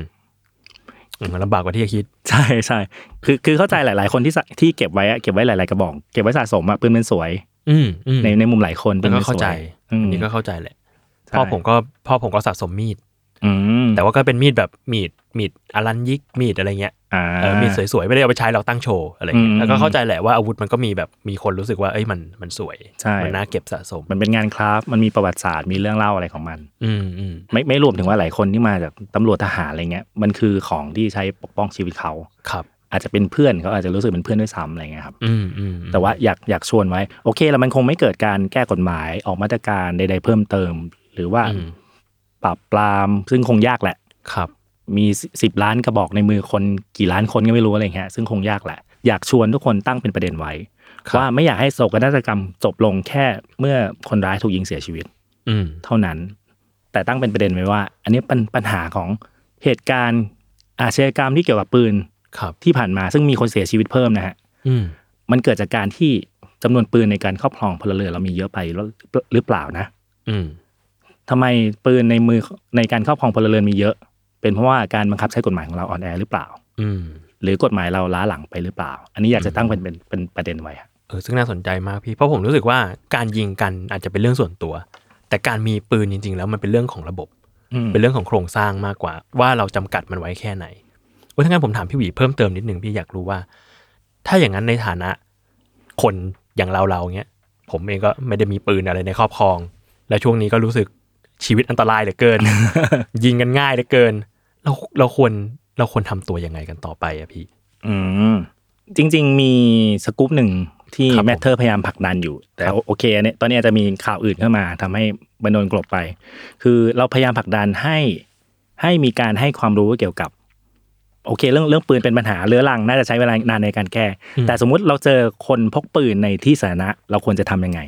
S2: อืมมันลำบากกว่าที่จะคิด
S4: ใช่ใช่คือคือเข้าใจหลาย ๆ คนที่สะที่เก็บไว้อะเก็บไว้หลาย ๆ กระบอก เก็บไว้สะสมอะปืนมันสวย
S2: อืมอืม
S4: ในในมุมหลายคนปื
S2: มัน น
S4: มั
S2: ก็
S4: นสวย
S2: เข้าใจ
S4: อืม
S2: อันนี้ก็เข้าใจแหละ
S4: ใช่
S2: พ่อผมก็พ่อผมก็สะสมมีด
S4: อืม
S2: แต่ว่าก็เป็นมีดแบบมีดมีดอลันยิกมีดอะไรเงี้ย
S4: อ่า
S2: เออมีดสวยๆไม่ได้เอาไปใช้เราตั้งโชว์อะไรเงี้ย
S4: อืม
S2: แล้วก็เข้าใจแหละว่าอาวุธมันก็มีแบบมีคนรู้สึกว่าเอ้ยมันมันสวย
S4: ใช่
S2: มันน่าเก็บสะสม
S4: มันเป็นงานคราฟต์มันมีประวัติศาสตร์มีเรื่องเล่าอะไรของมัน
S2: อืมอืม
S4: ไม่ไม่รวมถึงว่าหลายคนที่มาจากตำรวจทหารอะไรเงี้ยมันคือของที่ใช้ปกป้องชีวิตเขา
S2: ครับ
S4: อาจจะเป็นเพื่อนเขาอาจจะรู้สึกเป็นเพื่อนด้วยซ้ำอะไรเงี้ยครับ
S2: อืมอืม
S4: แต่ว่าอยากอยากชวนไว้ โอเคแล้วมันคงไม่เกิดการแก้กฎหมายออกมาตรการใดๆเพิ่มเติม หรือว่า
S2: อืม
S4: ปราบปรามซึ่งคงยากแหละ
S2: ครับ
S4: มีสิบล้านกระบอกในมือคนกี่ล้านคนก็ไม่รู้อะไรเงี้ยซึ่งคงยากแหละ อยากชวนทุกคนตั้งเป็นประเด็นไว้
S2: ครับ
S4: ว่าไม่อยากให้โศกนาฏกรรมจบลงแค่เมื่อคนร้ายถูกยิงเสียชีวิต
S2: อืม
S4: เท่านั้น แต่ตั้งเป็นประเด็นไว้ว่า อันนี้เป็นปัญหาของเหตุการณ์อาชญากรรมที่เกี่ยวกับปืน
S2: ครับ
S4: ที่ผ่านมา ซึ่งมีคนเสียชีวิตเพิ่มนะฮะ
S2: อืม
S4: มันเกิดจากการที่จำนวนปืนในการครอบครองพลเรือนเรามีเยอะไปหรือเปล่านะ
S2: อืม
S4: ทำไมปืนในมือในการครอบครองพลเรือนมีเยอะ เป็นเพราะว่าการบังคับใช้กฎหมายของเราอ่อนแอหรือเปล่า
S2: อืม
S4: หรือกฎหมายเราล้าหลังไปหรือเปล่า อันนี้อยากจะตั้งเป็นเป็นเป็นประเด็นไว้ครับ
S2: เออซึ่งน่าสนใจมากพี่ เพราะผมรู้สึกว่าการยิงกันอาจจะเป็นเรื่องส่วนตัว แต่การมีปืนจริง ๆ แล้วมันเป็นเรื่องของระบบ เป็นเรื่องของโครงสร้างมากกว่า ว่าเราจำกัดมันไว้แค่ไหนเว้ยถ้างั้นผมถามพี่หวีเพิ่มเติมนิดนึงพี่อยากรู้ว่า ถ้าอย่างนั้นในฐานะ คนอย่างเราเราๆเนี้ยผมเองก็ไม่ได้มีปืนอะไรในครอบครอง และช่วงนี้ก็รู้สึกชีวิตอันตรายเหลือเกิ น ยิงกันง่ายเหลือเกิน เราเราควรเราควรทำตัวยังไงกันต่อไปอะพี่
S4: อืมจริง ๆ มีสกู๊ปหนึ่งที่
S2: ครับผม
S4: แมทเทอร์พยายามผลักดันอยู่ แต่
S2: ครับ
S4: โอเคอันนี้ตอนนี้อาจจะมีข่าวอื่นเข้ามาทำให้บรรดนกลบไป คือเราพยายามผลักดันให้ให้มีการให้ความรู้เกี่ยวกับ โอเค เรื่องเรื่องปืนเป็นปัญหาเรื้อรังน่าจะใช้เวลานานในการแก้ แต่สมมุติเราเจอคนพกปืนในที่สาธารณะเราควรจะทำยังไง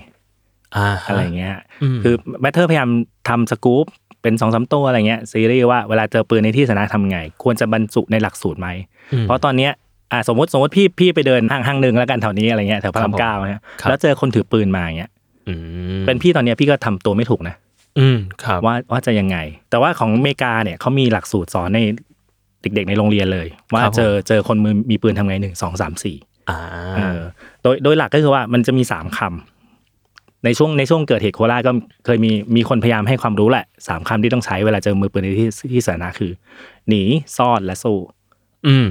S2: อ่าฮ
S4: อะไรเงี้ย
S2: อืม
S4: คือแมทเทอร์พยายามทำสกู๊ปเป็นสองสามตัวอะไรเงี้ยซีรีส์ว่าเวลาเจอปืนในที่สาธารณะทำไง ควรจะบรรจุในหลักสูตรไหม
S2: อืม
S4: เพราะตอนเนี้ยอ่ะสมมติสมมติพี่พี่ไปเดินห้างห้างหนึ่งแล้วกันแถวนี้อะไรเงี้ยแถวพระรามเก้าเนี่ย
S2: ครับ
S4: แล้วเจอคนถือปืนมาเงี้ย
S2: อืม
S4: เป็นพี่ตอนเนี้ยพี่ก็ทำตัวไม่ถูกนะ
S2: อืมครับ
S4: ว่าว่าจะยังไง แต่ว่าของอเมริกาเนี่ยเขามีหลักสูตรสอนในเด็กๆในโรงเรียนเลย ว่า
S2: ครับผม
S4: เจอเจอคนมือมีปืนทำไงหนึ่งสองสามสี่
S2: อ่า
S4: เออโดยโดยหลักก็คือว่ามันจะมีสามคำในช่วงในช่วงเกิดเหตุโคราชก็เคยมีมีคนพยายามให้ความรู้แหละสามคำที่ต้องใช้เวลาเจอมือปืนในที่ที่สาธารณะคือ หนีซ่อนและสู้
S2: อืม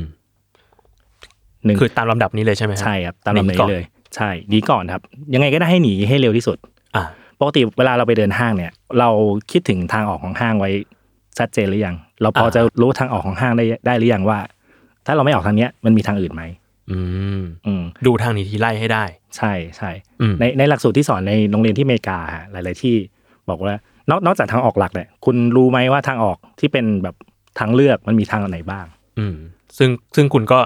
S4: หนึ่ง
S2: คือตามลำดับนี้เลยใช่ไหมฮะ
S4: ใช่ครับตามลำดับนี้เลย ใช่หนีก่อนครับ ยังไงก็ได้ให้หนีให้เร็วที่สุด
S2: อ่า
S4: ปกติเวลาเราไปเดินห้างเนี่ย เราคิดถึงทางออกของห้างไว้ชัดเจนหรือยัง เราพอจะรู้ทางออกของห้างได้ได้หรือยังว่า ถ้าเราไม่ออกทางเนี้ยมันมีทางอื่นไหม
S2: อืม
S4: อืม
S2: ดูทางหนี้ทีไล่ให้ได้
S4: ใช่ใช่
S2: อืม
S4: ในในหลักสูตรที่สอนในโรงเรียนที่อเมริกาฮะหลาย ๆ ที่บอกว่านอกนอกจากทางออกหลักเนี่ยคุณรู้ไหมว่าทางออกที่เป็นแบบทางเลือกมันมีทางไหนบ้าง
S2: อืม ซึ่งซึ่งคุณก็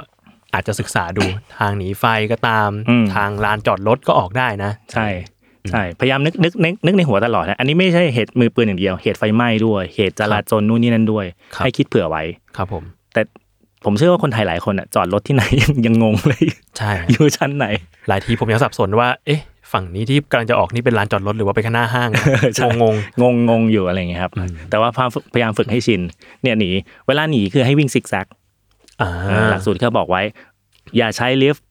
S2: อาจจะศึกษาดู ทางหนีไฟก็ตาม
S4: อืม
S2: ทางลานจอดรถก็ออกได้นะ
S4: ใช่ ใช่ พยายามนึกนึกนึกนึกในหัวตลอดนะอันนี้ไม่ใช่เหตุมือปืนอย่างเดียว เหตุไฟไหม้ด้วย เหตุจราจรนู่นนี่นั่นด้วย
S2: ครับ
S4: ให้คิดเผื่อไว้
S2: ครับผม
S4: แต่ผมเชื่อว่าคนไทยหลายคนอ่ะจอดรถที่ไหน ยังยังงงเลย
S2: ใช่
S4: อยู่ชั้นไหน
S2: หลายทีผมยังสับสนว่า เอ๊ะ ฝั่งนี้ที่กำลังจะออกนี่เป็นลานจอดรถหรือว่าไปข้างหน้าห้าง
S4: ใช่
S2: งงง
S4: งงงงอยู่อะไรอย่างเงี้ยครับ แต่ว่าพยายามฝึกพยายามฝึกให้ชิน เนี่ยหนี เวลาหนีคือให้วิ่งซิกแซก
S2: ๆอ่า
S4: หลักสูตรเขาบอกไว้ อย่าใช้ลิฟต์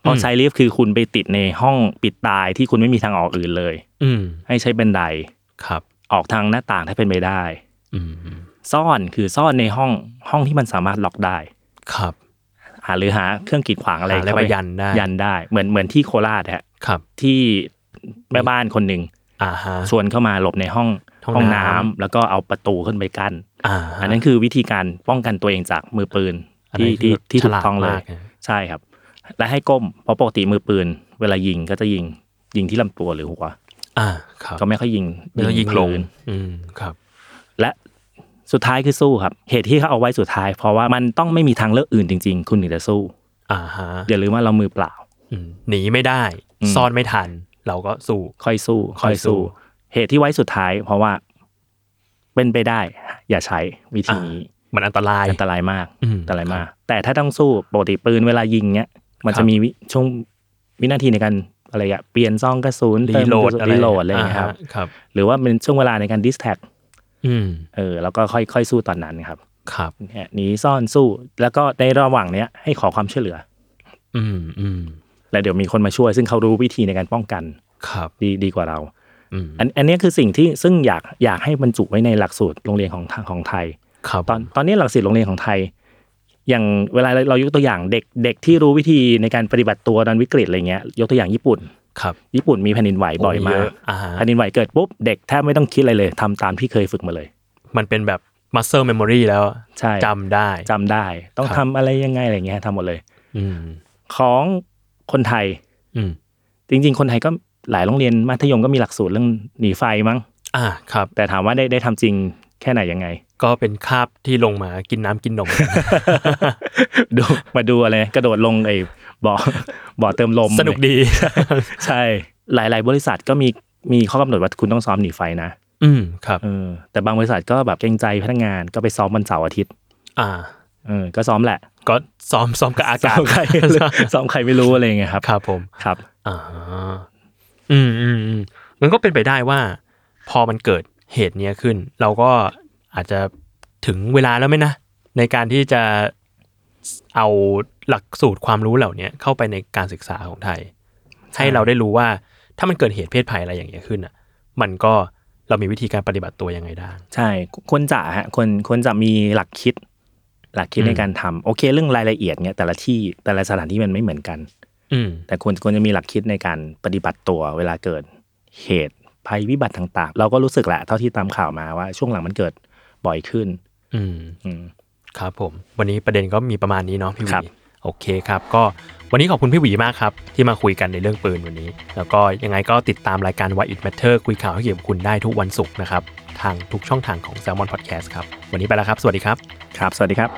S4: เพ
S2: อื
S4: ราะ
S2: ม
S4: ใช้ลิฟต์คือคุณไปติดในห้องปิดตายที่คุณไม่มีทางออกอื่นเลย
S2: อืม
S4: ให้ใช้บันได
S2: ครับ
S4: ออกทางหน้าต่างถ้าเป็นไปได้
S2: อืม
S4: ซ่อนคือซ่อนในห้องห้องที่มันสามารถล็อกได้
S2: ครับ
S4: หาหรือหาเครื่องกีดขวางอะไร
S2: หาอะไร
S4: เข้า
S2: มา
S4: ไป
S2: ยันได้
S4: ยันได้เหมือนเหมือนที่โคราชฮะ
S2: ครับ
S4: ที่แม่บ้านคนหนึ่ง
S2: อ่าฮะ
S4: ชวนเข้ามาหลบในห้อง
S2: ห้องน้ำ
S4: ำแล้วก็เอาประตูขึ้นไปกั้น
S2: อ่า
S4: อันนั้นคือวิธีการป้องกันตัวเองจากมือปืน
S2: อันนั้
S4: ที่
S2: น
S4: ที่ที่
S2: ฉ
S4: ถูก
S2: ลาด
S4: ต้องเล
S2: มาย กนะ
S4: ใช่ครับ และให้ก้มเพราะปกติมือปืน เวลายิงก็จะยิงยิงที่ลำตัวหรือหัว
S2: อ่า ครับ
S4: ก็ไม่ค่อยยิง
S2: แล้วยิงลง
S4: พื้น
S2: อืม ครับ
S4: และสุดท้ายคือสู้ครับ เหตุที่เขาเอาไว้สุดท้าย เพราะว่ามันต้องไม่มีทางเลือกอื่นจริง ๆ คุณถึงจะสู้
S2: อ่าฮะ
S4: อย่าลืมว่าเรามือเปล่า
S2: อืมหนีไม่ได้
S4: อืม
S2: ซ่อนไม่ทัน เราก็สู้
S4: ค่อยสู้
S2: ค่อยสู้
S4: เหตุที่ไว้สุดท้าย เพราะว่าเป็นไปได้ อย่าใช้วิธีนี้
S2: มันอันตราย
S4: อันตรายมาก
S2: อืม
S4: อันตรายมาก แต่ถ้าต้องสู้ปกติปืนเวลายิงเนี้ย มัน
S2: ครั
S4: จะ
S2: บ
S4: มีวิช่วงวินาทีในการอะไรอะเปลี่ยนซองกระสุน
S2: รี
S4: เติม
S2: โหลด
S4: กระสุน
S2: อะไร
S4: รีโหลดอะไรอย่างเงี้ยครับ
S2: อ่าฮครับ
S4: หรือว่าเป็นช่วงเวลาในการดิสแท็ก
S2: อืม
S4: เออแล้วก็ค่อยค่อยสู้ตอนนั้นครับ
S2: ครับ
S4: เนี่ยหนีซ่อนสู้แล้วก็ในระหว่างเนี้ยให้ขอความช่วยเหลือ
S2: อืม อืม
S4: แล้วเดี๋ยวมีคนมาช่วย ซึ่งเขารู้วิธีในการป้องกัน
S2: ครับ
S4: ดีดีกว่าเรา
S2: อืม
S4: อันอันเนี้ยคือสิ่งที่ซึ่งอยากอยากให้บรรจุไว้ในหลักสูตรโรงเรียนของทางของไทย
S2: ครับ
S4: ตอนตอนนี้หลักสูตรโรงเรียนของไทย อย่างเวลาเรายกตัวอย่างเด็กเด็กที่รู้วิธีในการปฏิบัติตัวตอนวิกฤตอะไรเงี้ยยกตัวอย่างญี่ปุ่น
S2: ครับ
S4: ญี่ปุ่นมีแผ่นดินไหวบ่อยมา
S2: เะ
S4: ก
S2: อ่าฮะ
S4: แผ่นดินไหวเกิดปุ๊บเด็กแทบไม่ต้องคิดอะไรเลยทำตามที่เคยฝึกมาเลย
S2: มันเป็นแบบ muscle memory แล้ว
S4: ใช่
S2: จำได้
S4: จำได้ต้อง
S2: ครับ
S4: ทำอะไรยังไงอะไรเงี้ยทำหมดเลย
S2: อืม
S4: ของคนไทย
S2: อืม
S4: จริง ๆ คนไทยก็หลายโรงเรียนมัธยมก็มีหลักสูตรเรื่องหนีไฟมั้ง
S2: อ่า ครับ
S4: แต่ถามว่าได้ได้ทำจริงแค่ไหน ยังไง
S2: ก็เป็นคาบที่ลงมากินน้ำกินนม
S4: ดูมาดูอะไรกระโดดลงไอ้บ่อ บ่อเติมลม
S2: สนุกดี
S4: ใช่หลาย ๆ บริษัทก็มีมีข้อกำหนดว่าคุณต้องซ้อมหนีไฟนะ
S2: อืม ครับ
S4: เออแต่บางบริษัทก็แบบเกรงใจพนักงานก็ไปซ้อมวันเสาร์อาทิตย์
S2: อ่า
S4: เออก็ซ้อมแหละ
S2: ก็ซ้อมซ้อมกับ
S4: ซ้อก
S2: อาาศ
S4: มใคร ซ้อมใครไม่รู้อะไรอย่างเงี้ยครับ
S2: ครับผม
S4: ครับ
S2: อ่า อืมอืมอืมมันก็เป็นไปได้ว่า พอมันเกิดเหตุเนี้ยขึ้น เราก็อาจจะถึงเวลาแล้วไหมนะ ในการที่จะเอาหลักสูตรความรู้เหล่าเนี้ยเข้าไปในการศึกษาของไทย ให้เราได้รู้ว่าถ้ามันเกิดเหตุเพศภัยอะไรอย่างเงี้ยขึ้นอ่ะ มันก็เรามีวิธีการปฏิบัติตัวยังไงได้
S4: ใช่ควรจะฮะควรควรจะมีหลักคิด หลักคิดในการทำโอเค เรื่องรายละเอียดเนี้ยแต่ละที่แต่ละสถานที่มันไม่เหมือนกัน
S2: อืม
S4: แต่ควรควรจะมีหลักคิดในการปฏิบัติตัวเวลาเกิดเหตุภัยวิบัติต่างๆ เราก็รู้สึกแหละเท่าที่ตามข่าวมาว่าช่วงหลังมันเกิดบ่อยขึ้น
S2: อืม
S4: อืม
S2: ครับผมวันนี้ประเด็นก็มีประมาณนี้เนาะพี่ห
S4: ครั
S2: วี
S4: บ
S2: โอเคครับ ก็วันนี้ขอบคุณพี่หวีมากครับ ที่มาคุยกันในเรื่องปืนวันนี้ แล้วก็ยังไงก็ติดตามรายการ Why It Matter คุยข่าวให้เกี่ยวกับคุณได้ทุกวันศุกร์นะครับ ทางทุกช่องทางของ Salmon Podcast ครับ วันนี้ไปแล้วครับ สวัสดีครับ
S4: ครับ สวัสดีครับ